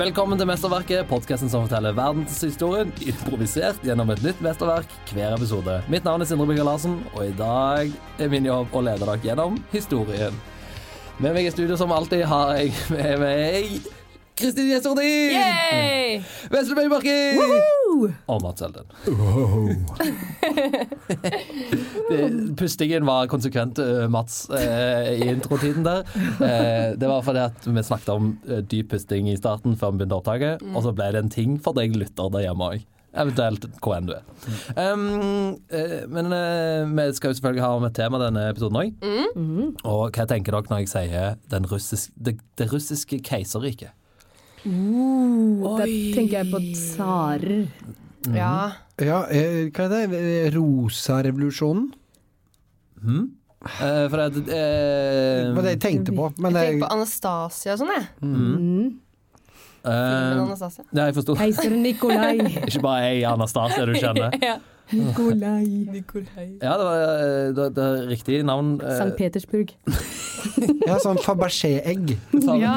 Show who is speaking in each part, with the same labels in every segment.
Speaker 1: Velkommen til Mesterverket, podkasten som forteller verdenshistorien improvisert gjennom et nytt mesterverk hver episode. Mitt navn er Sindre Bygger Larsen, og i dag er min jobb å lede dere gjennom historien. Med meg i studio som alltid har jeg med meg Kristin Gjestordi!
Speaker 2: Hey!
Speaker 1: Vesle Bøymarki! Og Mats Elden. Det- Eh, Pustingen var konsekvent, eh, Mats, eh, i introtiden der. Eh, Det var fordi at vi snakket om eh, dyp pusting i starten før vi begynte opptaket, og så ble det en ting for deg lytter der hjemme òg. Eventuelt hvor enn du er. Um, eh, men eh, vi skal jo selvfølgelig ha om et tema denne episoden òg.
Speaker 3: Mm.
Speaker 1: Og hva tenker dere når jeg sier den russisk, det, det russiske keiserriket?
Speaker 4: Da tenker jeg på tsarer.
Speaker 1: Mhm.
Speaker 2: Ja.
Speaker 3: Ja, eh, hva er det? Eh, Rosarevolusjonen?
Speaker 1: Eh, for eh, det,
Speaker 3: Det var det jeg tenkte på. Men det,
Speaker 2: Jeg tenker på Anastasia og sånn, jeg. Men
Speaker 1: Eh,
Speaker 2: Anastasia.
Speaker 1: ja, jeg forsto.
Speaker 4: Keiser Nikolai.
Speaker 1: Ikke bare jeg, Anastasia, du kjenner.
Speaker 4: Nikolai.
Speaker 1: Ja, det var eh, det, det er riktig navn. eh,
Speaker 4: St. Petersburg.
Speaker 3: ja, sånn Fabergé-egg.
Speaker 1: fra-
Speaker 2: Ja.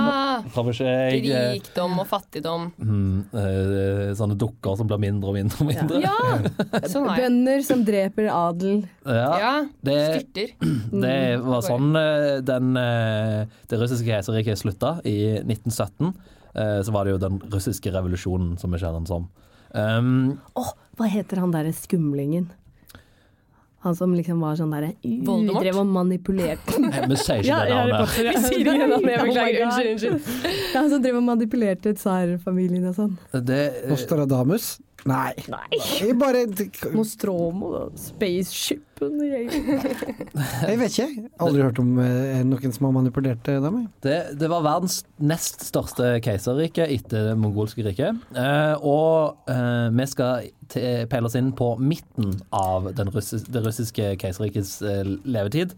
Speaker 1: fra Beskjed, eh,
Speaker 2: Rikdom og fattigdom.
Speaker 1: mm, eh, sånne dukker som blir mindre og mindre og mindre.
Speaker 2: Ja! Sånn er jeg.
Speaker 4: Bønder som dreper adel.
Speaker 1: Ja,
Speaker 2: Ja. Mm.
Speaker 1: Det,
Speaker 2: Styrter.
Speaker 1: det var sånn eh, den, eh, det russiske keiserriket slutta i 1917. eh, Så var det jo den russiske revolusjonen, som vi kjenner den som. Um,
Speaker 4: Åh, hva heter han derre skumlingen? Han som liksom var sånn derre
Speaker 2: Voldemort?
Speaker 4: Drev og manipulerte
Speaker 1: vi sier ikke det navnet.
Speaker 4: Vi sier ikke det, Oh
Speaker 1: oh
Speaker 4: jeg beklager. Unnskyld, unnskyld. Det er han som drev og manipulerte tsarfamilien og sånn.
Speaker 1: Det, eh,
Speaker 3: Nostradamus? Nei.
Speaker 4: Nei.
Speaker 3: Jeg bare Jeg
Speaker 4: Nostromo, da. Spaceshipen og greier.
Speaker 3: vet ikke. Aldri hørt om eh, noen som har manipulert eh, dem. jeg.
Speaker 1: Det, det var verdens nest største keiserrike etter det mongolske riket. Eh, og eh, vi skal te- peile oss inn på midten av den russis det russiske keiserrikets eh, levetid.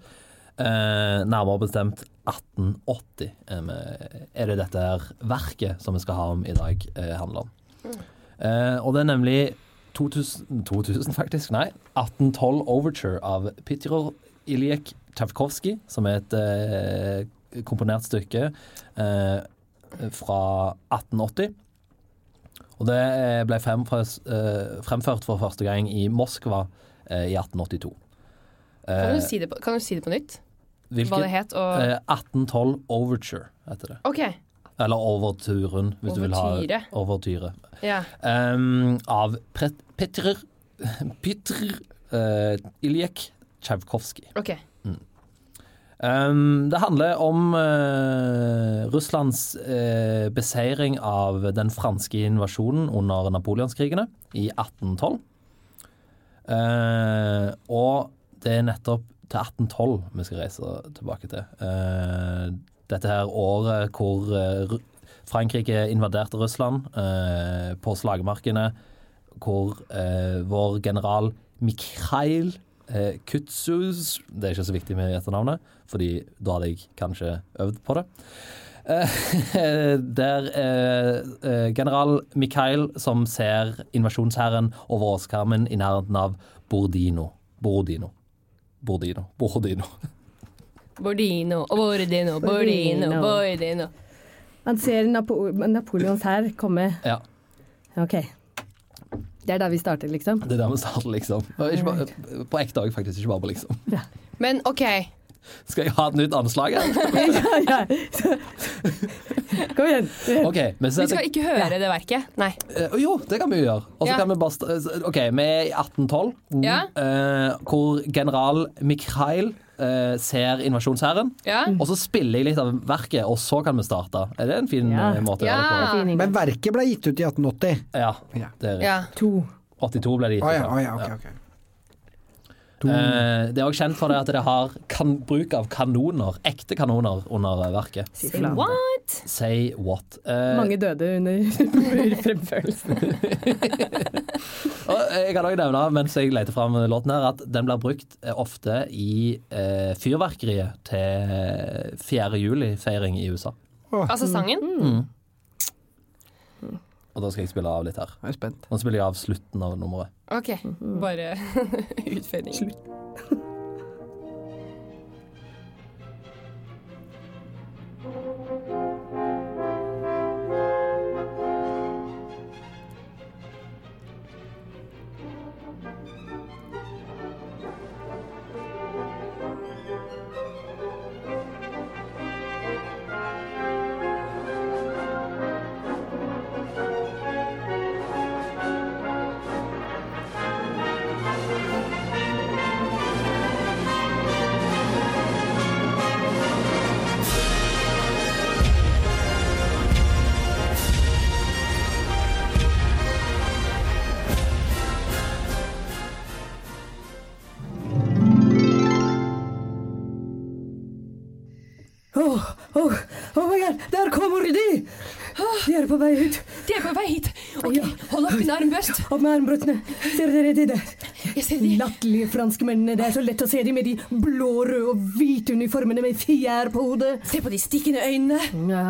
Speaker 1: Eh, nærmere bestemt 1880 er vi- er det dette her verket som vi skal ha om i dag, eh, handler om. Eh, og det er nemlig 2000, 2000 faktisk, nei, 1812 Overture av Pytjor Iljek Tjavkovskij, som er et eh, komponert stykke eh, fra 1880. Og det eh, ble fremfres- eh, fremført for første gang i Moskva eh, i Eh, 1882.
Speaker 2: Kan du si det på, kan du si det på nytt? Hva det het? Og
Speaker 1: Eh, 1812 Overture heter det.
Speaker 2: OK.
Speaker 1: Eller Overturen, hvis du vil ha
Speaker 2: Overtyre.
Speaker 1: Overtyre.
Speaker 2: Ja.
Speaker 1: Ehm, av Pret- Petr Petr eh, Iljek Tsjajkovskij.
Speaker 2: OK.
Speaker 1: Ehm, det handler om eh, Russlands eh, beseiring av den franske invasjonen under napoleonskrigene i 1812. Eh, og det er nettopp til 1812 vi skal reise tilbake til. Eh, dette her året hvor eh, Ru- Frankrike invaderte Russland eh, på slagmarkene, hvor eh, vår general Mikhail eh, Kutsus Det er ikke så viktig med etternavnet, fordi da hadde jeg kanskje øvd på det. Eh, der eh, eh, general Mikhail som ser invasjonshæren over åskarmen i nærheten av Bordino. Bordino. Bordino. Bordino.
Speaker 2: Bordino, Bordino, Bordino,
Speaker 4: Bordino.
Speaker 2: Bordino.
Speaker 4: Man ser Napo Napoleons hær komme.
Speaker 1: Ja,
Speaker 4: Ok. Det er da vi starter, liksom.
Speaker 1: det er der vi starter, liksom. Og Ikke bare, på ekte òg, faktisk. Ikke bare på liksom.
Speaker 2: Men OK,
Speaker 1: Skal jeg ha et nytt anslag her?
Speaker 4: ja, ja. Så- Kom igjen.
Speaker 1: OK. Men så
Speaker 2: vi skal ikke høre det verket. Nei.
Speaker 1: Eh, jo, det kan vi jo gjøre. Og så
Speaker 2: Ja.
Speaker 1: kan vi bare st- eh, OK, vi er i 1812,
Speaker 2: Ja.
Speaker 1: eh, hvor general Mikhail eh, ser invasjonshæren.
Speaker 2: Ja.
Speaker 1: Og så spiller jeg litt av verket, og så kan vi starte. Er det en fin
Speaker 4: Ja.
Speaker 1: eh, måte å
Speaker 2: Ja.
Speaker 1: gjøre det på?
Speaker 4: Fin inngang.
Speaker 3: Men verket ble gitt ut i 1880.
Speaker 1: Ja.
Speaker 3: Ja.
Speaker 1: Det er
Speaker 2: ja.
Speaker 1: riktig.
Speaker 4: To.
Speaker 1: 82 ble det gitt.
Speaker 3: Å
Speaker 1: ut,
Speaker 3: ja,
Speaker 1: ja.
Speaker 3: å ja, ok, ok.
Speaker 1: Eh, det er også kjent for det at det har kan, bruk av kanoner, ekte kanoner, under eh, verket.
Speaker 4: Fy flate.
Speaker 2: What?
Speaker 1: Say what? Eh,
Speaker 4: Mange døde under fremførelsen.
Speaker 1: og jeg kan også nevne, mens jeg leter fram låten her, at den blir brukt eh, ofte i eh, fyrverkeriet til 4. juli-feiring i USA. Mm.
Speaker 2: Altså sangen?
Speaker 1: Og da skal jeg spille av litt her.
Speaker 3: Jeg er spent.
Speaker 1: Nå spiller jeg av slutten av nummeret.
Speaker 2: OK,
Speaker 1: Mm.
Speaker 2: bare utfordringen.
Speaker 4: Oh, oh, oh my god, der kommer de! De er på vei ut.
Speaker 2: De er på vei hit! OK, hold opp din armbøst.
Speaker 4: Opp med armbrøstene. Ser dere de der?
Speaker 2: Jeg ser de.
Speaker 4: Latterlige franskmennene. Det er så lett å se de med de blå, røde og hvite uniformene med fjær på hodet.
Speaker 2: Se på de stikkende øynene.
Speaker 4: Ja.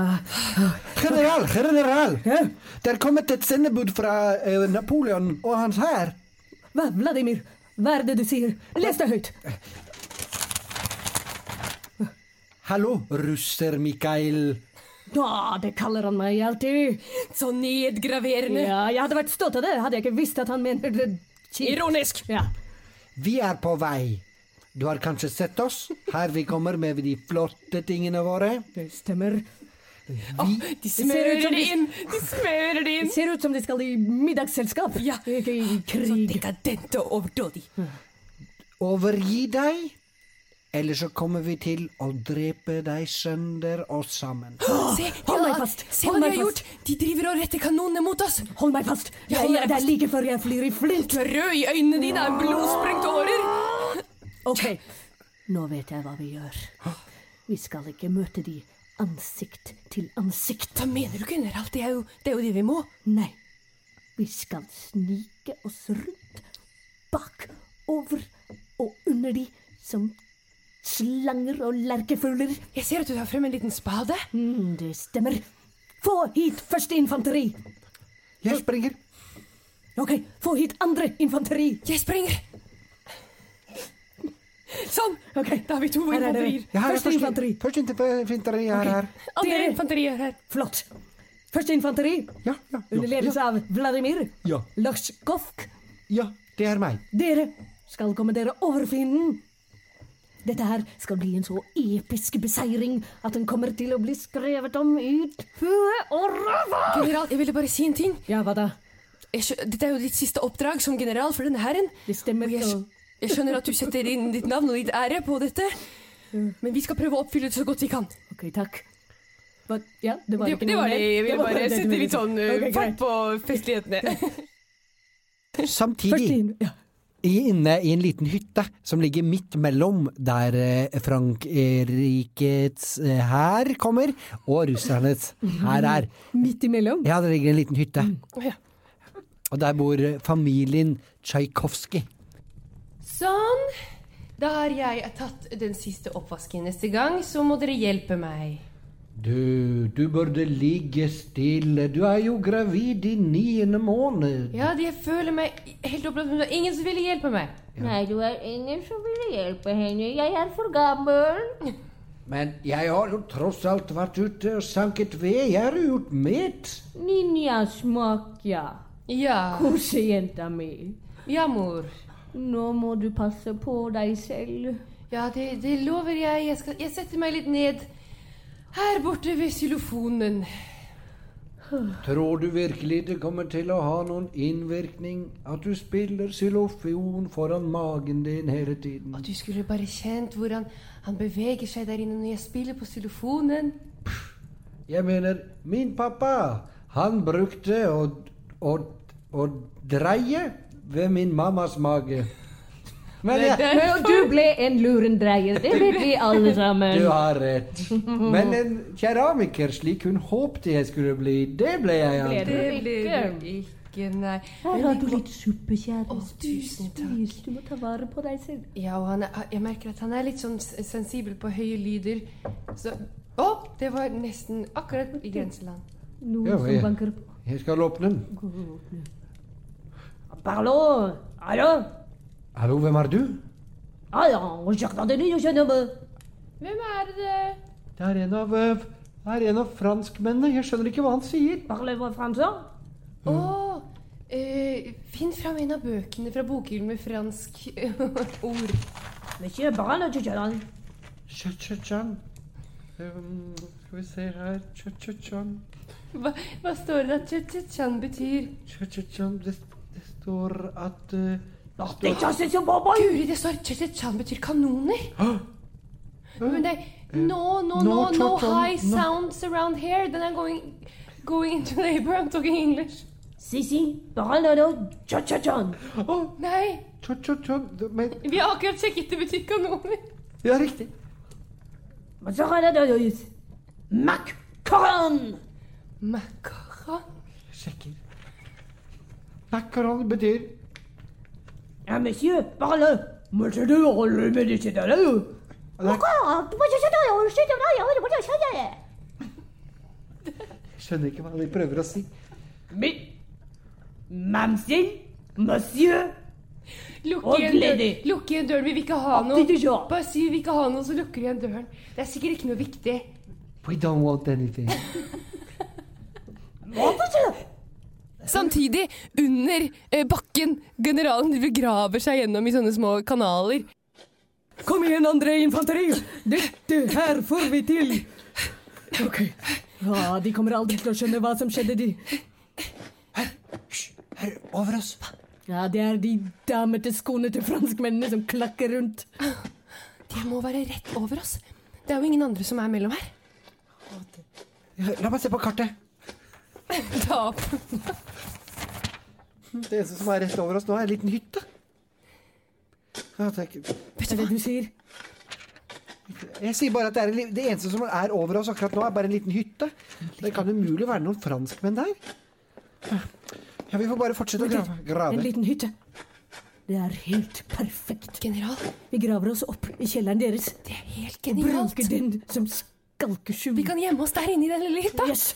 Speaker 3: General, general!
Speaker 4: Ja.
Speaker 3: Det er kommet et sendebud fra eh, Napoleon og hans hær.
Speaker 4: Hva, Vladimir? Hva er det du sier? Les det høyt.
Speaker 3: Hallo, russer Mikael.
Speaker 4: Ja, det kaller han meg alltid.
Speaker 2: Så Sånn nedgraverende.
Speaker 4: Ja, jeg hadde vært stolt av det, hadde jeg ikke visst at han mente det. kjipt.
Speaker 2: Ironisk.
Speaker 4: Ja.
Speaker 3: Vi er på vei. Du har kanskje sett oss? Her vi kommer med de flotte tingene våre.
Speaker 4: Det stemmer.
Speaker 2: De smører
Speaker 4: Sånn
Speaker 2: det inn. De smører det
Speaker 4: Det
Speaker 2: inn.
Speaker 4: ser ut som de skal i middagsselskap.
Speaker 2: Ja. Sånn,
Speaker 4: Ikke i
Speaker 2: Så
Speaker 4: krig.
Speaker 2: dekadente og overdådig.
Speaker 3: Overgi deg, eller så kommer vi til å drepe deg sønder og sammen.
Speaker 2: Se,
Speaker 4: Hold
Speaker 2: ja,
Speaker 4: meg fast.
Speaker 2: Se
Speaker 4: Hold
Speaker 2: hva de
Speaker 4: meg
Speaker 2: har gjort!
Speaker 4: fast.
Speaker 2: De driver og retter kanonene mot oss!
Speaker 4: Hold meg fast.
Speaker 2: Ja,
Speaker 4: Jeg,
Speaker 2: hold
Speaker 4: det
Speaker 2: deg
Speaker 4: er
Speaker 2: fast.
Speaker 4: like før jeg flyr i flint.
Speaker 2: Du er rød i øynene dine av blodsprengte årer!
Speaker 4: Ok, nå vet jeg hva vi gjør. Vi skal ikke møte de ansikt til ansikt.
Speaker 2: Hva mener du, general? Det er jo det, er jo det vi må.
Speaker 4: Nei, vi skal snike oss rundt, bak, over og under de som slanger og lerkefugler.
Speaker 2: Jeg ser at du tar frem en liten spade.
Speaker 4: Mm, det stemmer. Få hit første infanteri.
Speaker 3: Jeg springer.
Speaker 4: Ok, få hit andre infanteri.
Speaker 2: Jeg springer! Sånn!
Speaker 4: Ok,
Speaker 2: Da har vi to
Speaker 4: her er
Speaker 2: infanterier.
Speaker 4: dere. Første infanteri.
Speaker 3: Første infanteri er her.
Speaker 2: Andre
Speaker 4: Dere-
Speaker 2: infanterier her.
Speaker 4: Flott. Første infanteri,
Speaker 3: Ja, ja,
Speaker 4: under
Speaker 3: ja,
Speaker 4: ledelse av Vladimir
Speaker 3: Ja.
Speaker 4: Lorskovk.
Speaker 3: ja, det er meg.
Speaker 4: Dere skal komme dere over fienden. Dette her skal bli en så episk beseiring at den kommer til å bli skrevet om i hue og ræva!
Speaker 2: General, jeg ville bare si en ting.
Speaker 4: Ja, hva da?
Speaker 2: Jeg skjø Dette er jo ditt siste oppdrag som general for denne hæren.
Speaker 4: Det stemmer.
Speaker 2: Og jeg, skj- jeg skjønner at du setter inn ditt navn og ditt ære på dette,
Speaker 4: Mm.
Speaker 2: men vi skal prøve å oppfylle det så godt vi kan.
Speaker 4: Ok, takk. Hva? Ja, det var
Speaker 2: Det,
Speaker 4: ikke
Speaker 2: det
Speaker 4: noe
Speaker 2: var det.
Speaker 4: mer.
Speaker 2: Jeg ville
Speaker 4: var
Speaker 2: bare
Speaker 4: det du
Speaker 2: sette
Speaker 4: ville
Speaker 2: litt
Speaker 4: si.
Speaker 2: sånn eh,
Speaker 4: Ok,
Speaker 2: fart
Speaker 4: greit.
Speaker 2: på festlighetene.
Speaker 4: Første
Speaker 3: Samtidig,
Speaker 4: inn- ja.
Speaker 3: i- inne i en liten hytte som ligger midt mellom der eh, Frankrikes eh, hær kommer, og russernes
Speaker 4: Mhm.
Speaker 3: hær er.
Speaker 4: Midt imellom.
Speaker 3: Ja, det ligger en liten
Speaker 4: Mm.
Speaker 3: hytte.
Speaker 2: Å, ja.
Speaker 3: Og der bor eh, familien Tsjajkovskij.
Speaker 2: Sånn. Da har jeg tatt den siste oppvasken neste gang, så må dere hjelpe meg.
Speaker 3: Du, du burde ligge stille. Du er jo gravid i niende måned.
Speaker 2: Ja, jeg føler meg helt opplagt, men det var ingen som ville hjelpe meg.
Speaker 5: Nei, du er ingen som vil hjelpe henne. Jeg er for gammel.
Speaker 3: Men jeg har jo tross alt vært ute og sanket ved. Jeg er utmett.
Speaker 5: Ninja Smakja,
Speaker 2: Ja.
Speaker 5: kosejenta mi.
Speaker 2: Ja, mor.
Speaker 5: Nå må du passe på deg selv.
Speaker 2: Ja, det, det lover jeg. Jeg, skal, jeg setter meg litt ned her borte ved xylofonen.
Speaker 3: Tror du virkelig det kommer til å ha noen innvirkning at du spiller xylofion foran magen din hele tiden?
Speaker 2: Og du skulle bare kjent hvordan han beveger seg der inne når jeg spiller på xylofonen.
Speaker 3: Jeg mener, min pappa, han brukte å, å, å dreie ved min mammas mage. Men jeg,
Speaker 5: Og du ble en lurendreier, det vet vi alle sammen.
Speaker 3: du har rett. Men en keramiker slik hun håpte jeg skulle bli, det ble jeg aldri.
Speaker 5: Det blir
Speaker 2: du ikke, nei.
Speaker 5: Her har du litt suppe, kjære.
Speaker 2: Å,
Speaker 5: Spis,
Speaker 2: tusen takk.
Speaker 5: spis. Du må ta vare på deg selv.
Speaker 2: Ja, og han er, jeg merker at han er litt sånn s- sensibel på høye lyder. Så Å! Det var nesten akkurat i grenseland.
Speaker 5: Noen
Speaker 3: Ja, jeg-
Speaker 5: som banker på.
Speaker 3: Jeg skal åpne den.
Speaker 5: Hallo! Hallo!
Speaker 3: Hallo, hvem er du?
Speaker 5: Hallo! Kjøkkenet ditt, skjønner du.
Speaker 2: Hvem er det?
Speaker 3: Det er en av, eh, det er en av franskmennene. Jeg skjønner ikke hva han sier.
Speaker 5: Parler vår franser?
Speaker 2: Å! eh, finn fram en av bøkene fra bokhyllen med fransk ord.
Speaker 5: Monsieur Barano, kjøkkenet.
Speaker 3: Cha-cha-chan. Um, skal vi se her Cha-cha-chan.
Speaker 2: Hva, hva står det at cha-cha-chan betyr?
Speaker 3: Cha-cha-chan. Det, det står at eh, det
Speaker 5: Det
Speaker 3: står,
Speaker 5: kjøsses jo på meg!
Speaker 2: Guri, det står cha-cha-chan betyr kanoner. Men det er no, no, no,
Speaker 3: no,
Speaker 2: no
Speaker 3: cha-chan,
Speaker 2: high
Speaker 3: no.
Speaker 2: sounds around here. Then I'm going, going into neighbor, I'm talking English.
Speaker 5: Sisi, Barano, kjøkkenet.
Speaker 3: Å,
Speaker 2: Nei,
Speaker 3: Cha-cha-chan. Det- Men
Speaker 2: vi har akkurat sjekket det betyr kanoner.
Speaker 3: det er riktig.
Speaker 5: Men så har det ut. Makaron!
Speaker 2: Macaron.
Speaker 3: Jeg sjekker. Macaron betyr
Speaker 5: Ja, monsieur Barano. Monsieur, du holder med disse der, du. Makaron, du må ikke sitte der, og sitte der, og du må ikke sitte der.
Speaker 3: Jeg skjønner ikke hva de prøver å si.
Speaker 5: Men, mamsel, monsieur,
Speaker 2: Lukk
Speaker 5: Og
Speaker 2: igjen, dør,
Speaker 5: lady.
Speaker 2: lukk igjen døren, vi vil ikke ha
Speaker 5: det du
Speaker 2: noe.
Speaker 5: sa.
Speaker 2: Bare si vi vil ikke ha noe, så lukker du igjen døren. Det er sikkert ikke noe viktig.
Speaker 3: We don't want anything.
Speaker 2: Samtidig, under eh, bakken, generalen begraver seg gjennom i sånne små kanaler.
Speaker 4: Kom igjen, andre infanteri! Dette her får vi til! Ok. Ja, de kommer aldri til å skjønne hva som skjedde, de.
Speaker 3: Her, over oss.
Speaker 4: Ja, det er de damete skoene til franskmennene som klakker rundt.
Speaker 2: De må være rett over oss. Det er jo ingen andre som er mellom her.
Speaker 3: La meg se på kartet.
Speaker 2: Ta opp.
Speaker 3: Det eneste som er rett over oss nå, er en liten hytte. Ja, det er ikke-
Speaker 4: Vet du hva du sier?
Speaker 3: Jeg sier bare at det, er en, li- det eneste som er over oss akkurat nå, er bare en liten hytte. Det kan umulig være noen franskmenn der. Ja, Vi får bare fortsette å grave.
Speaker 4: En
Speaker 3: grave.
Speaker 4: liten hytte. Det er helt perfekt.
Speaker 2: General,
Speaker 4: Vi graver oss opp i kjelleren deres
Speaker 2: det er helt
Speaker 4: og
Speaker 2: genialt.
Speaker 4: bruker den som
Speaker 2: Vi
Speaker 4: skalkeskjul.
Speaker 2: kan gjemme oss der inne i den lille hytta.
Speaker 4: Yes!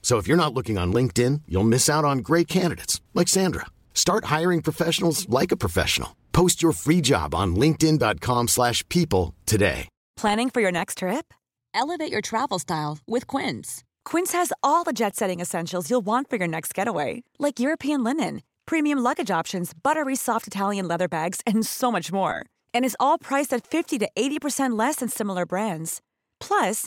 Speaker 6: So if you're not looking on LinkedIn, you'll miss out on great candidates like Sandra. Start hiring professionals like a professional. Post your free job on linkedin.com/people slash people today.
Speaker 7: Planning for your next trip? Elevate your travel style with Quince. Quince has all the jet setting essentials you'll want for your next getaway, like European linen, premium luggage options, buttery soft Italian leather bags, and so much more. And is all priced at 50 to 80% less than similar brands. Plus,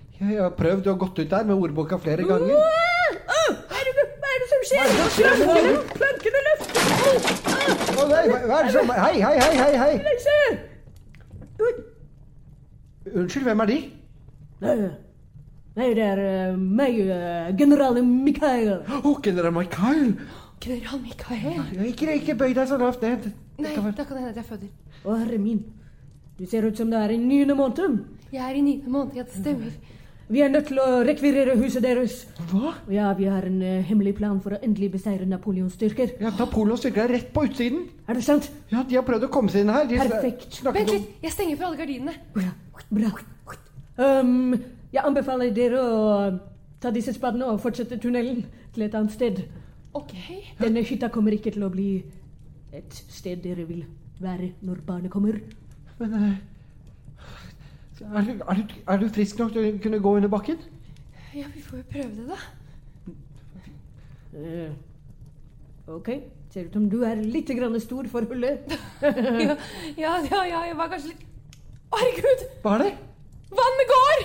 Speaker 3: Jeg har prøvd og gått ut der med ordboka flere ganger.
Speaker 4: Hva er det som skjer? Plankene løfter
Speaker 3: Å, nei, hva, hva er det som Hei, hei, hei, hei! hei. Unnskyld, hvem er de?
Speaker 4: Nei, det er eh, meg, eh, general Mikael.
Speaker 3: Å, general Michael!
Speaker 2: General Mikael.
Speaker 3: Ja, Ikke, ikke bøy deg så lavt ned.
Speaker 2: Nei, da kan det hende at jeg føder.
Speaker 4: Å, herre min. Du ser ut som det er i niende måned.
Speaker 2: Jeg er i niende måned, ja, det stemmer.
Speaker 4: Vi er nødt til å rekvirere huset deres.
Speaker 3: Hva?
Speaker 4: Ja, vi har en eh, hemmelig plan for å endelig beseire Napoleons styrker.
Speaker 3: Ja, Napoleons styrker er rett på utsiden.
Speaker 4: Er det sant?
Speaker 3: Ja, De har prøvd å komme seg inn her. De
Speaker 4: Perfekt.
Speaker 3: snakket
Speaker 2: Vent
Speaker 3: om-
Speaker 2: litt, jeg stenger for alle gardinene.
Speaker 4: Bra. Bra. Ehm, jeg anbefaler dere å ta disse spadene og fortsette tunnelen til et annet sted.
Speaker 2: Ok.
Speaker 4: Denne hytta kommer ikke til å bli et sted dere vil være når barnet kommer.
Speaker 3: Men eh, er du, er, du, er du frisk nok til å kunne gå under bakken?
Speaker 2: Ja, vi får jo prøve det, da.
Speaker 4: Eh, ok, ser ut som du er litt grann stor for hullet.
Speaker 2: Ja, ja, ja, ja jeg var kanskje litt Å, Herregud!
Speaker 3: Hva er det?
Speaker 2: Vann med gård!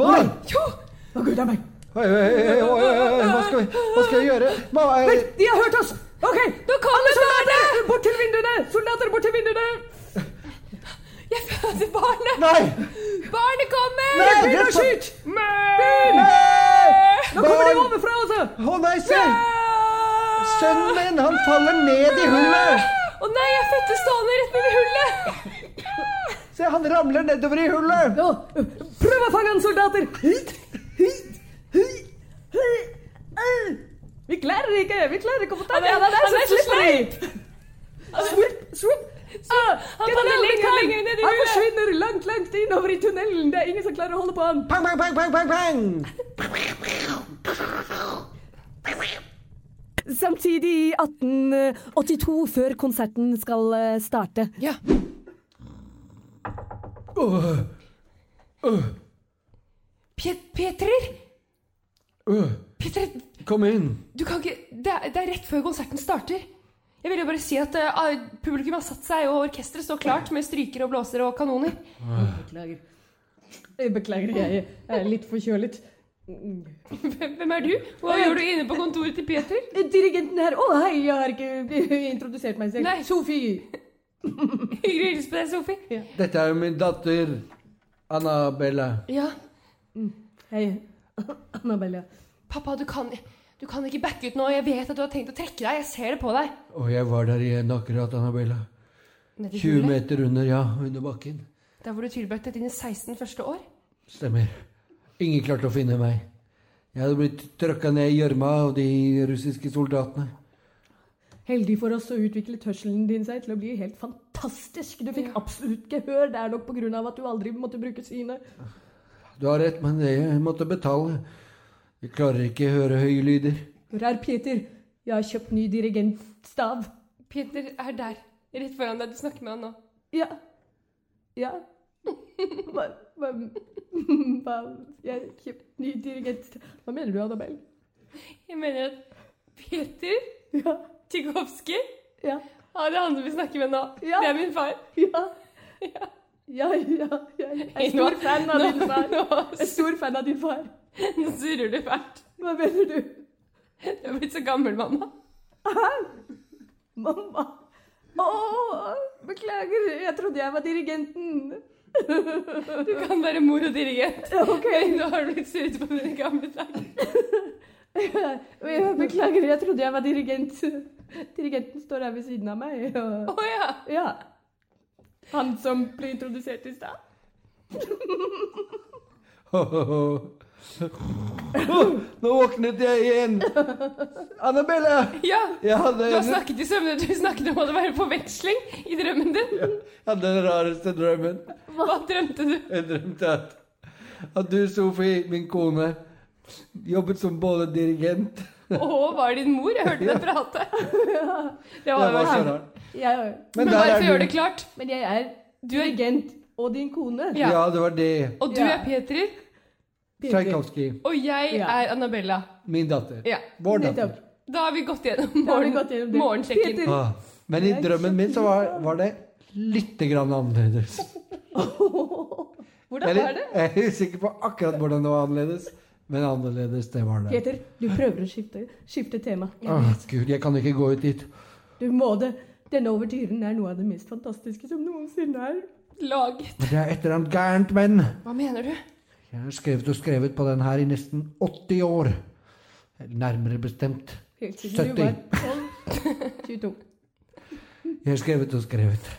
Speaker 3: Hva?
Speaker 2: Jo!
Speaker 4: Å, gud a meg!
Speaker 3: Oi, oi, oi, oi, oi, oi, oi, Hva, skal vi, hva skal vi gjøre? Hva, eh,
Speaker 4: De har hørt oss! Ok,
Speaker 2: Nå kommer barnet!
Speaker 4: bort til vinduene! Soldater, bort til vinduene!
Speaker 2: Jeg føder barnet!
Speaker 3: nei!
Speaker 2: Barnet kommer!
Speaker 3: Nei, det
Speaker 4: Begynn
Speaker 3: er
Speaker 4: å
Speaker 3: så-
Speaker 4: skyte!
Speaker 3: Nei!
Speaker 4: Nå kommer de
Speaker 3: Barn!
Speaker 4: ovenfra, altså!
Speaker 3: Å nei, se! Sønnen min, han faller ned i hullet!
Speaker 2: Å nei, jeg fødte stående rett nedi hullet!
Speaker 3: Se, han ramler nedover i hullet!
Speaker 4: Nå, prøv å fange han, soldater! Hit, hit, hit, hit. Eh, Vi klarer ikke! Vi klarer ikke å få tak i
Speaker 2: Han
Speaker 4: han!
Speaker 2: er-
Speaker 4: Han
Speaker 2: han
Speaker 4: er
Speaker 2: er
Speaker 4: så
Speaker 2: så
Speaker 4: slippery! Swoop, swoop. Ah, get
Speaker 2: faller
Speaker 4: han ned,
Speaker 2: lenger,
Speaker 4: get han.
Speaker 2: lenger ned i
Speaker 4: Han
Speaker 2: hullet.
Speaker 4: forsvinner langt, langt innover i tunnelen. Det er ingen som klarer å holde på han.
Speaker 3: Pang, pang, pang, pang, pang, pang!
Speaker 8: Samtidig i 1882, før konserten skal eh, starte.
Speaker 2: Ja. Piet Petrer?
Speaker 3: Øh,
Speaker 2: Petrer,
Speaker 3: Kom inn.
Speaker 2: du kan ikke det er, det er rett før konserten starter. Jeg ville jo bare si at eh, ah, publikum har satt seg, og orkesteret står klart med strykere og blåsere og kanoner.
Speaker 4: Beklager. Jeg Beklager, jeg er litt forkjølet.
Speaker 2: Hvem hvem er du? Hva gjør du inne på kontoret til Peter?
Speaker 4: Dirigenten her Å, hei, jeg har ikke introdusert meg selv.
Speaker 2: Nei.
Speaker 4: Sofie.
Speaker 2: Hyggelig å hilse på deg, Sofie.
Speaker 3: Dette er jo min datter Annabella.
Speaker 2: Ja,
Speaker 4: Hei, Annabella.
Speaker 2: pappa, du kan, du kan ikke backe ut nå. Jeg vet at du har tenkt å trekke deg. Jeg ser det på deg.
Speaker 3: Og jeg var der igjen akkurat, Annabella.
Speaker 2: Nede i
Speaker 3: 20
Speaker 2: hullet,
Speaker 3: meter under, ja, under bakken.
Speaker 2: Der hvor du tilbrakte dine 16 første år.
Speaker 3: Stemmer. Ingen klarte å finne meg. Jeg hadde blitt trøkka ned i gjørma av de russiske soldatene.
Speaker 4: Heldig for oss så utviklet hørselen din seg til å bli helt fantastisk. Du fikk absolutt gehør. Det er nok på grunn av at du aldri måtte bruke synet.
Speaker 3: Du har rett, men jeg måtte betale. Jeg klarer ikke å høre høye lyder.
Speaker 4: Hvor er Peter? Jeg har kjøpt ny dirigentstav.
Speaker 2: Peter er der, rett foran deg. Du snakker med han nå.
Speaker 4: Ja. Ja. Hva, hva, hva Jeg har kjøpt ny dirigentstav. Hva mener du, Annabelle?
Speaker 2: Jeg mener at Peter
Speaker 4: Ja.
Speaker 2: Tsjikhovskij
Speaker 4: Ja.
Speaker 2: ah, Det er han som vi snakker med nå.
Speaker 4: Ja.
Speaker 2: Det er min far.
Speaker 4: Ja. Ja, ja, jeg er
Speaker 2: Nå-
Speaker 4: stor fan av din far.
Speaker 2: Nå,
Speaker 4: Jeg er stor fan av din far.
Speaker 2: nå surrer du fælt.
Speaker 4: Hva mener du?
Speaker 2: Du er blitt så gammel, mamma.
Speaker 4: Mamma. Å, beklager. Jeg trodde jeg var dirigenten.
Speaker 2: Du kan være mor og dirigent.
Speaker 4: Ok.
Speaker 2: Men nå har du blitt surret på dine gamle dager.
Speaker 4: Jeg Beklager, jeg trodde jeg var dirigent. Dirigenten står her ved siden av meg.
Speaker 2: Å
Speaker 4: Og,
Speaker 2: ja.
Speaker 4: ja. Han som ble introdusert i stad.
Speaker 3: Nå våknet jeg igjen! Annabella!
Speaker 2: Ja.
Speaker 3: Jeg hadde,
Speaker 2: Du har
Speaker 3: jeg
Speaker 2: snakket i søvne. Du snakket om at det var en forveksling i drømmen din.
Speaker 3: hadde den rareste drømmen.
Speaker 2: Hva drømte du?
Speaker 3: Jeg drømte at, at du, Sofie, min kone, jobbet som både dirigent
Speaker 2: Og var din mor? Jeg hørte deg prate. Det
Speaker 3: Det
Speaker 2: var
Speaker 3: var
Speaker 2: jo
Speaker 3: så rart.
Speaker 5: Jeg er,
Speaker 3: Men
Speaker 2: Men
Speaker 3: der
Speaker 2: bare
Speaker 3: er
Speaker 2: for å gjøre
Speaker 3: du.
Speaker 2: det klart.
Speaker 5: men jeg er du er agent og din kone.
Speaker 2: Ja.
Speaker 3: Ja, det var det.
Speaker 2: Og du
Speaker 5: Ja.
Speaker 2: er Peter,
Speaker 3: Tchaikovsky.
Speaker 2: og jeg
Speaker 5: Ja.
Speaker 2: er Annabella.
Speaker 3: Min datter.
Speaker 2: Ja.
Speaker 3: Vår datter.
Speaker 5: Nettopp.
Speaker 2: Da har vi gått gjennom
Speaker 5: Da har vi
Speaker 2: morgen,
Speaker 5: gått gjennom det.
Speaker 2: morgensjekken.
Speaker 5: Peter.
Speaker 3: Ah, Men i drømmen min så var, var det litt grann annerledes.
Speaker 5: Hvordan var det?
Speaker 3: jeg er usikker på akkurat hvordan det var annerledes, men annerledes, det var det.
Speaker 5: Peter, du prøver å skifte, skifte tema.
Speaker 3: Åh, Gud, jeg kan ikke gå ut dit.
Speaker 5: Du må det. Denne ouvertyren er noe av det mest fantastiske som noensinne er.
Speaker 2: Laget.
Speaker 3: Men Det er et eller annet gærent, men
Speaker 2: Hva mener du?
Speaker 3: jeg har skrevet og skrevet på den her i nesten 80 år. Nærmere bestemt
Speaker 5: Helt siden
Speaker 3: 70.
Speaker 5: du var 12, 22.
Speaker 3: Jeg har skrevet og skrevet.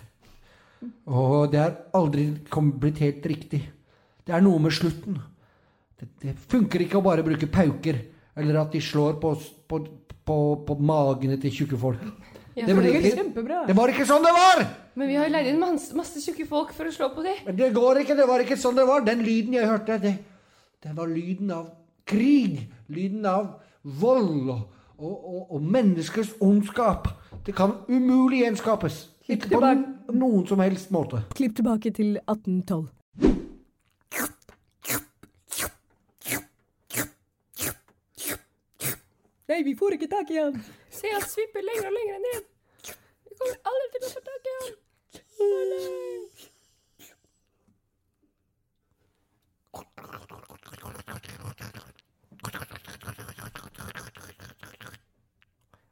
Speaker 3: Og det har aldri kom- blitt helt riktig. Det er noe med slutten. Det, det funker ikke å bare bruke pauker, eller at de slår på, s- på, på, på magene til tjukke folk.
Speaker 2: Ja,
Speaker 3: det, blir
Speaker 5: det er
Speaker 3: ikke-
Speaker 5: kjempebra.
Speaker 3: det var ikke sånn det var!
Speaker 2: Men vi har leid inn masse, masse tjukke folk for å slå på dem.
Speaker 3: Men det går ikke, det var ikke sånn det var. Den lyden jeg hørte, det, det var lyden av krig. Lyden av vold og, og, og, og menneskers ondskap. Det kan umulig gjenskapes. Ikke på
Speaker 5: tilbake.
Speaker 3: noen som helst måte.
Speaker 5: Klipp tilbake til 1812. Nei, vi får ikke tak i han.
Speaker 2: Se, han svipper lenger og lenger ned. Vi kommer aldri til å få tak i ham.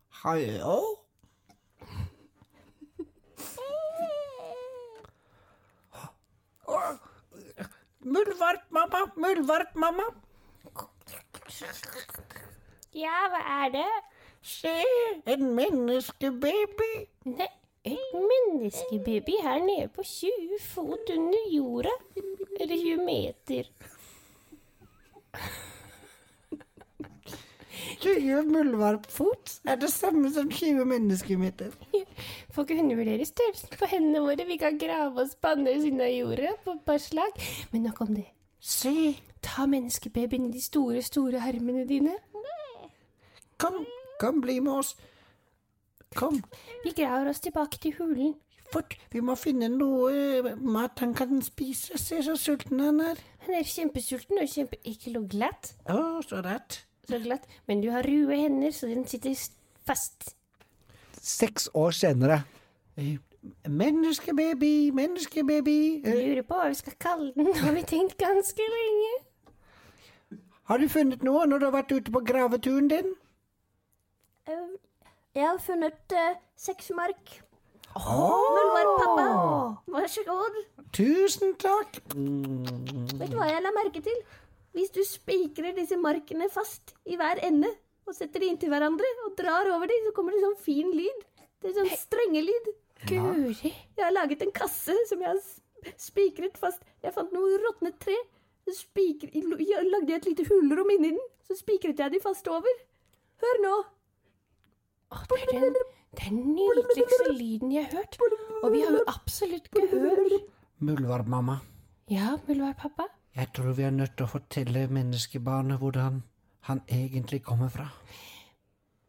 Speaker 9: Hallo? Muldvarp, mamma! Muldvarp, mamma!
Speaker 10: Ja, hva er det?
Speaker 9: Se, en menneskebaby!
Speaker 10: Nei, et menneskebaby her nede på 20 fot under jorda. Eller 20 meter.
Speaker 9: 20 muldvarpfot er det samme som 20 menneskemeter.
Speaker 10: Får ikke undervurdere størrelsen på hendene våre. Vi kan grave oss på andre siden av jorda på et par slag. Men nok om det.
Speaker 9: Se,
Speaker 10: Ta menneskebabyen i de store, store armene dine.
Speaker 9: kom, kom bli med oss. Kom,
Speaker 10: Vi graver oss tilbake til hulen.
Speaker 9: fort, vi må finne noe eh, mat han kan spise. Se så sulten han er.
Speaker 10: Han er kjempesulten og kjempeekkel og glatt.
Speaker 9: Å, så rart.
Speaker 10: Så glatt. Men du har røde hender, så den sitter s- fast.
Speaker 3: Seks år senere.
Speaker 9: Eh, Menneskebaby, menneskebaby.
Speaker 10: Jeg
Speaker 9: Eh,
Speaker 10: Lurer på hva vi skal kalle den. Har vi tenkt ganske lenge.
Speaker 9: Har du funnet noe når du har vært ute på graveturen din?
Speaker 10: Jeg har funnet uh, seksmark. Muldvarppappa, vær så god.
Speaker 9: Tusen takk. Mm,
Speaker 10: Vet du hva jeg la merke til? Hvis du spikrer disse markene fast i hver ende og setter de inntil hverandre og drar over dem, så kommer det sånn fin lyd. Det er sånn strengelyd. Guri. Jeg har laget en kasse som jeg har s- spikret fast. Jeg fant noe råtnet tre. Så spikret, jeg lagde jeg et lite hulrom inni den. Så spikret jeg de fast over. Hør nå.
Speaker 2: Det er den, den nydeligste lyden jeg har hørt. Og vi har jo absolutt gehør.
Speaker 9: Muldvarpmamma,
Speaker 2: Ja, muldvarppappa.
Speaker 9: jeg tror vi er nødt til å fortelle menneskebarnet hvordan han egentlig kommer fra.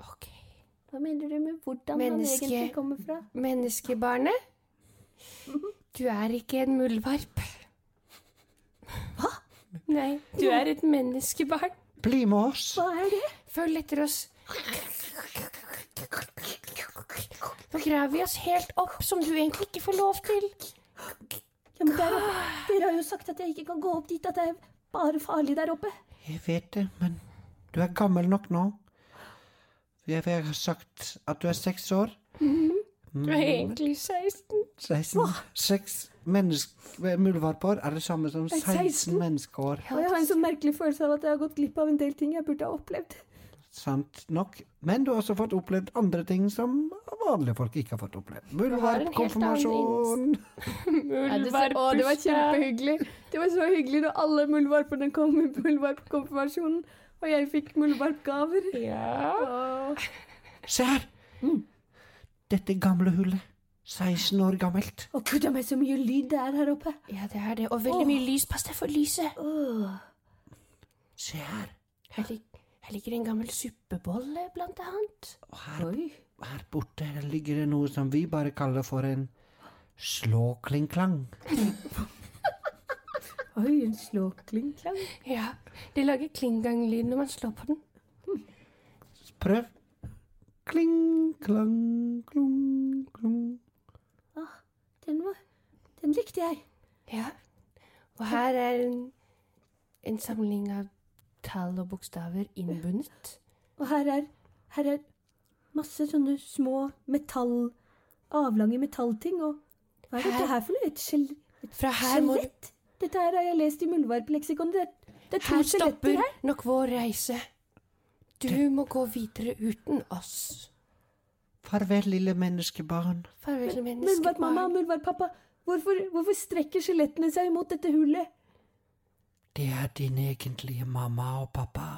Speaker 2: Ok.
Speaker 10: Hva mener du med hvordan
Speaker 2: Menneske.
Speaker 10: han egentlig kommer fra?
Speaker 2: Menneskebarnet, du er ikke en muldvarp. Hva? Nei, du er et menneskebarn.
Speaker 3: Bli med oss.
Speaker 10: Hva er det?
Speaker 2: Følg etter oss. Nå graver vi oss helt opp, som du egentlig ikke får lov til.
Speaker 10: Ja, men der oppe. Dere har jo sagt at jeg ikke kan gå opp dit, at det er bare farlig der oppe.
Speaker 9: Jeg vet det, men du er gammel nok nå. Jeg jeg har sagt at du er seks år.
Speaker 2: Du er egentlig 16.
Speaker 9: 16. Seks menneske- muldvarper er det samme som 16 menneskeår.
Speaker 10: Og jeg har en så merkelig følelse av at jeg har gått glipp av en del ting jeg burde ha opplevd.
Speaker 9: Sant nok. Men du har også fått opplevd andre ting som vanlige folk ikke har fått opplevd.
Speaker 2: har en
Speaker 9: Muldvarp,
Speaker 2: helt
Speaker 9: konfirmasjon
Speaker 4: Ja, det, så, å, det var kjempehyggelig. Det var så hyggelig når alle muldvarpene kom i muldvarpkonfirmasjonen, og jeg fikk muldvarpgaver. Å,
Speaker 9: Se her! Dette gamle hullet. 16 år gammelt.
Speaker 4: Å gud a meg, så mye lyd det er her oppe.
Speaker 2: Ja, det er det. Og veldig mye lys. Pass deg for lyset.
Speaker 9: Se her.
Speaker 2: Her, lig
Speaker 4: Her ligger en gammel suppebolle, blant annet.
Speaker 9: Her borte ligger det noe som vi bare kaller for en slåklingklang.
Speaker 4: Oi, en slåklingklang. Ja, det lager klingganglyd når man slår på den.
Speaker 9: Prøv. Kling, klang, klung, klung.
Speaker 4: Ah, den var Den likte jeg.
Speaker 11: Ja. Og her er en, en samling av tall og bokstaver innbundet.
Speaker 4: Og her er, her er masse sånne små metall... Avlange metallting, og hva er dette
Speaker 11: Her-
Speaker 4: her for noe? Et skjel... Et
Speaker 11: Fra her må du-
Speaker 4: skjelett? Dette her har jeg lest i muldvarpleksikonet. Det, det er to
Speaker 11: Her
Speaker 4: skjeletter
Speaker 11: stopper
Speaker 4: her.
Speaker 11: nok vår reise. Du må gå videre uten oss.
Speaker 9: Farvel, lille menneskebarn.
Speaker 11: Farvel,
Speaker 4: Muldvarpmamma og
Speaker 11: menneskebarn.
Speaker 4: muldvarppappa, hvorfor, hvorfor strekker skjelettene seg mot dette hullet?
Speaker 9: Det er din egentlige mamma og pappa.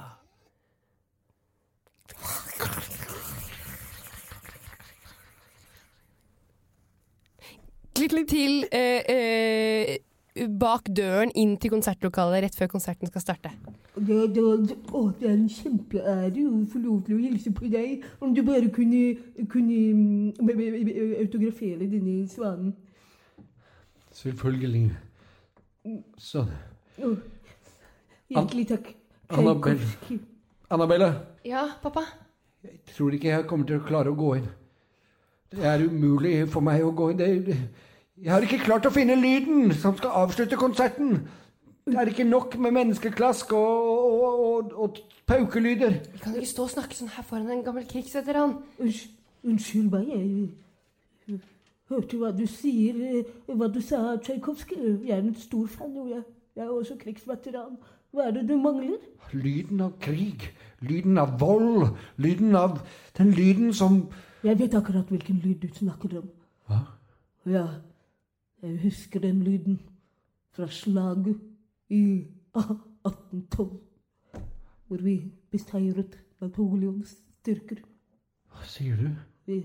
Speaker 2: Klikk litt til eh, eh, bak døren inn til konsertlokalet rett før konserten skal starte.
Speaker 12: Det, det, det, å, det er en kjempeære å få lov til å hilse på deg. Om du bare kunne, kunne mm, b- b- b- autografere denne svanen.
Speaker 3: Selvfølgelig. Sånn.
Speaker 12: Å, Hjertelig takk.
Speaker 3: Annabelle. Annabelle,
Speaker 11: Ja, pappa?
Speaker 3: tror du ikke jeg kommer til å klare å gå inn? Det er umulig for meg å gå inn. Det, jeg har ikke klart å finne lyden som skal avslutte konserten. Det er ikke nok med menneskeklask og, og, og, og paukelyder.
Speaker 11: Vi kan ikke stå og snakke sånn her foran en gammel krigsveteran.
Speaker 12: Eh, Unnskyld meg, jeg hørte hva du sier, eh, hva du sa, Tsjajkovskij. Jeg er en stor fan, og jeg, jeg er også krigsveteran. Hva er det du mangler?
Speaker 3: Lyden av krig. Lyden av vold. Lyden av Den lyden som
Speaker 12: Jeg vet akkurat hvilken lyd du snakker om.
Speaker 3: Hva?
Speaker 12: Ja, jeg husker den lyden fra slaget i 1812, hvor vi beseiret Napoleons styrker.
Speaker 3: Hva sier du?
Speaker 12: Vi,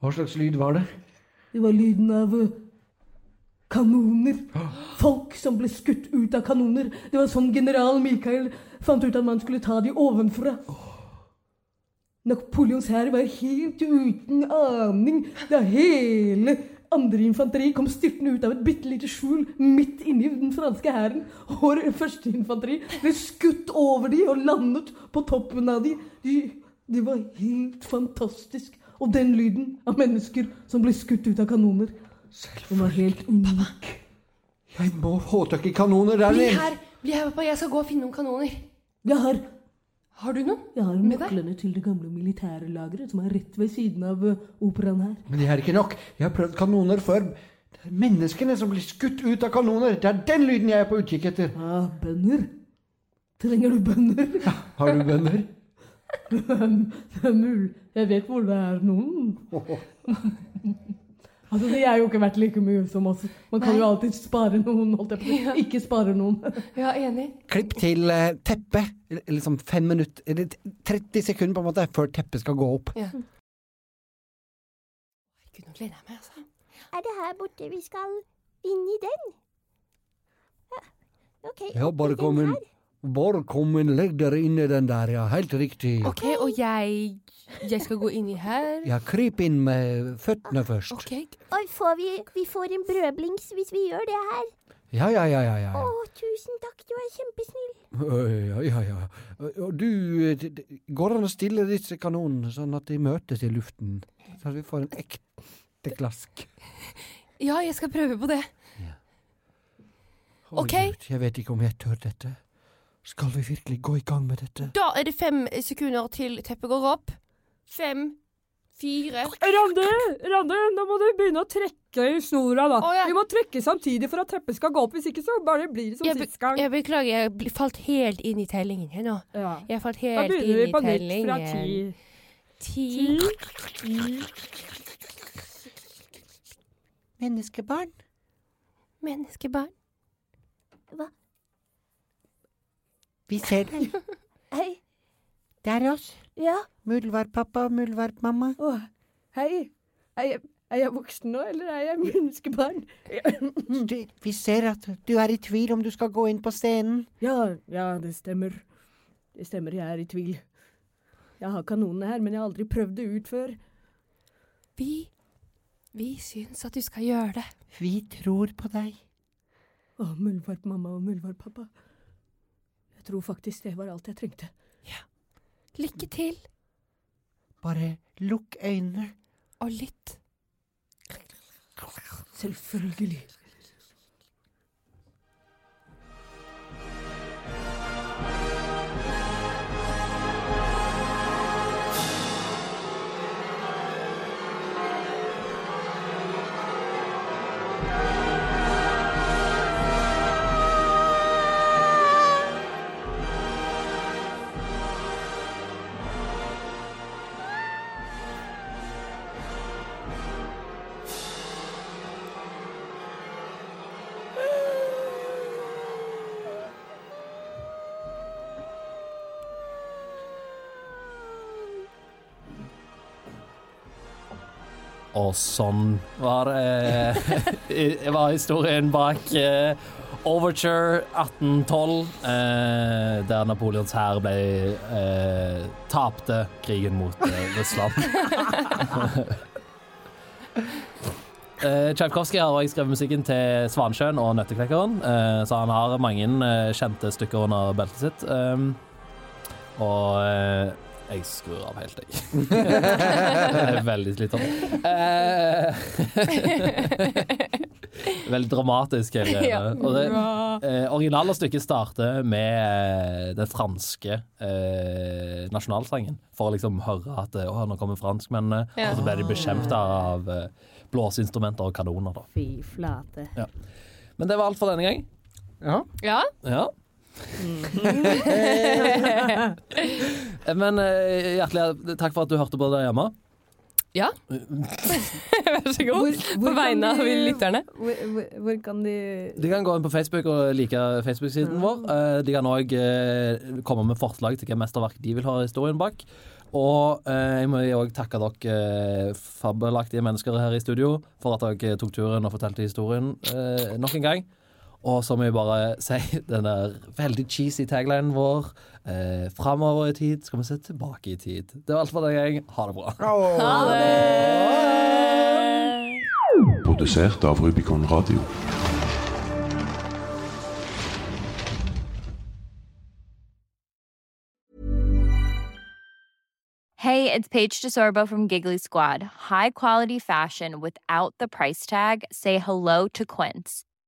Speaker 3: Hva slags lyd var det?
Speaker 12: det var lyden av eh, kanoner. Folk som ble skutt ut av kanoner. Det var sånn general Mikael fant ut at man skulle ta de ovenfra. Napoleons hær var helt uten aning da hele andre infanteri kom styrtende ut av et bitte lite skjul midt inni den franske hæren. Og første infanteri ble skutt over de og landet på toppen av de. de. Det var helt fantastisk. Og den lyden av mennesker som ble skutt ut av kanoner, den var helt unik.
Speaker 3: Jeg må få tak i kanoner der
Speaker 11: Bli
Speaker 3: inne.
Speaker 11: her, bli her, pappa. Jeg skal gå og finne noen kanoner.
Speaker 12: Jeg har
Speaker 11: Har du noen?
Speaker 12: Jeg har
Speaker 11: Med deg?
Speaker 12: nøklene til det gamle militærlageret som er rett ved siden av eh, operaen her.
Speaker 3: Men det er ikke nok. Jeg har prøvd kanoner før. Det er menneskene som blir skutt ut av kanoner. Det er den lyden jeg er på utkikk etter.
Speaker 12: Ja,
Speaker 11: Ah.
Speaker 12: bønder. Trenger du bønder?
Speaker 3: Har du bønder?
Speaker 12: Det er mulig. Jeg vet hvor det er noen. Altså, De er jo ikke verdt like mye som oss. Man kan
Speaker 11: Nei.
Speaker 12: jo alltid spare noen. holdt jeg på. å si.
Speaker 11: Ja.
Speaker 12: Ikke spare noen.
Speaker 11: Ja, enig.
Speaker 9: Klipp til eh, teppet. Eller- eller Liksom fem minutter Eller 30 sekunder på en måte før teppet skal gå opp.
Speaker 11: Ja. Herregud, nå gleder jeg meg, altså.
Speaker 10: Er det her borte vi skal inn i den? Ja, Ok.
Speaker 3: Ja, bare kom inn. Bare kom inn. Legg dere inn i den der, ja. Helt riktig.
Speaker 2: Ok, Og jeg, jeg skal gå inni her.
Speaker 3: Ja, kryp inn med føttene først.
Speaker 10: Og får vi, vi får en brødblings hvis vi gjør det her.
Speaker 3: Ja, ja, ja, ja. ja.
Speaker 10: Å, tusen takk, du er kjempesnill.
Speaker 9: Øh, Ja, ja, ja. Øh, Og du eh, d- d- Går det an å stille disse kanonene sånn at de møtes i luften? Så at vi får en ekte klask?
Speaker 2: Ja, jeg skal prøve på det.
Speaker 9: Å,
Speaker 2: Ok.
Speaker 9: Gud, Jeg vet ikke om jeg tør dette. Skal vi virkelig gå i gang med dette?
Speaker 2: Da er det fem sekunder til teppet går opp. Fem, fire
Speaker 13: Randi, Randi, Eh, nå må du begynne å trekke i snora, da. Vi må trekke samtidig for at teppet skal gå opp, hvis ikke så bare blir det som
Speaker 2: jeg, be-
Speaker 13: sist gang.
Speaker 2: jeg beklager, jeg bl- falt helt inn i tellingen her nå. Jeg falt
Speaker 13: Da
Speaker 2: helt inn
Speaker 13: begynner vi
Speaker 2: i
Speaker 13: på nytt fra
Speaker 2: tellingen.
Speaker 13: ti.
Speaker 2: Ti.
Speaker 9: Menneskebarn.
Speaker 2: Menneskebarn.
Speaker 10: Hva?
Speaker 9: Vi ser deg.
Speaker 10: Hei.
Speaker 9: Det er oss.
Speaker 10: Ja.
Speaker 9: Muldvarppappa og muldvarpmamma.
Speaker 10: Å,
Speaker 13: Hei. Hei,
Speaker 4: Er jeg voksen nå, eller er jeg menneskebarn?
Speaker 10: Mhm.
Speaker 14: Vi ser at du er i tvil om du skal gå inn på scenen.
Speaker 4: Ja, ja, det stemmer. Det stemmer, jeg er i tvil. Jeg har kanonene her, men jeg har aldri prøvd det ut før.
Speaker 15: Vi Vi syns at du skal gjøre det.
Speaker 14: Vi tror på deg.
Speaker 4: Å, muldvarp mamma og muldvarp pappa. Jeg tror faktisk det var alt jeg trengte. Ja.
Speaker 15: Lykke til.
Speaker 14: Bare lukk øynene.
Speaker 15: Og lytt.
Speaker 4: Selvfølgelig.
Speaker 1: Og sånn var, eh, var historien bak eh, Overture 1812, eh, der Napoleons hær ble eh, tapte krigen mot eh, Russland. Eh, Tchaikovsky har også skrevet musikken til Svansjøen og Nøtteknekkeren, eh, så han har mange eh, kjente stykker under beltet sitt. Um, og eh, jeg skrur av helt, jeg. det er veldig slitsomt. Eh, veldig dramatisk.
Speaker 15: Ja,
Speaker 1: Hele. greia. og det
Speaker 15: bra.
Speaker 1: eh, originale stykket starter med eh, den franske eh, nasjonalsangen, for å liksom høre at eh, å, nå kommer franskmennene.
Speaker 4: Ja.
Speaker 1: Og så ble de bekjempet av eh, blåseinstrumenter og kanoner, da.
Speaker 4: Fy flate.
Speaker 1: Ja. Men det var alt for denne gang. Ja.
Speaker 15: Ja?
Speaker 1: Men eh, hjertelig takk for at du hørte på det hjemme.
Speaker 15: ja? Vær så god. På vegne av lytterne.
Speaker 4: Hvor, hvor, hvor kan de
Speaker 1: De kan gå inn på Facebook og like Facebook-siden vår. Eh, De kan òg komme med forslag til hvilke mesterverk de vil ha historien bak. Og eh, jeg må òg takke dere eh, fabelaktige mennesker her i studio for at dere tok turen og fortalte historien eh, nok en gang. Og så må jeg bare si den der veldig cheesy taglinen vår. Eh, Framover i tid skal vi se tilbake i tid. Det var alt for den gang. Ha det bra.
Speaker 16: Produsert av Rubicon Radio.
Speaker 17: Hey, it's Paige DeSorbo from Giggly Squad. High quality fashion without the price tag. Say hello to Quince.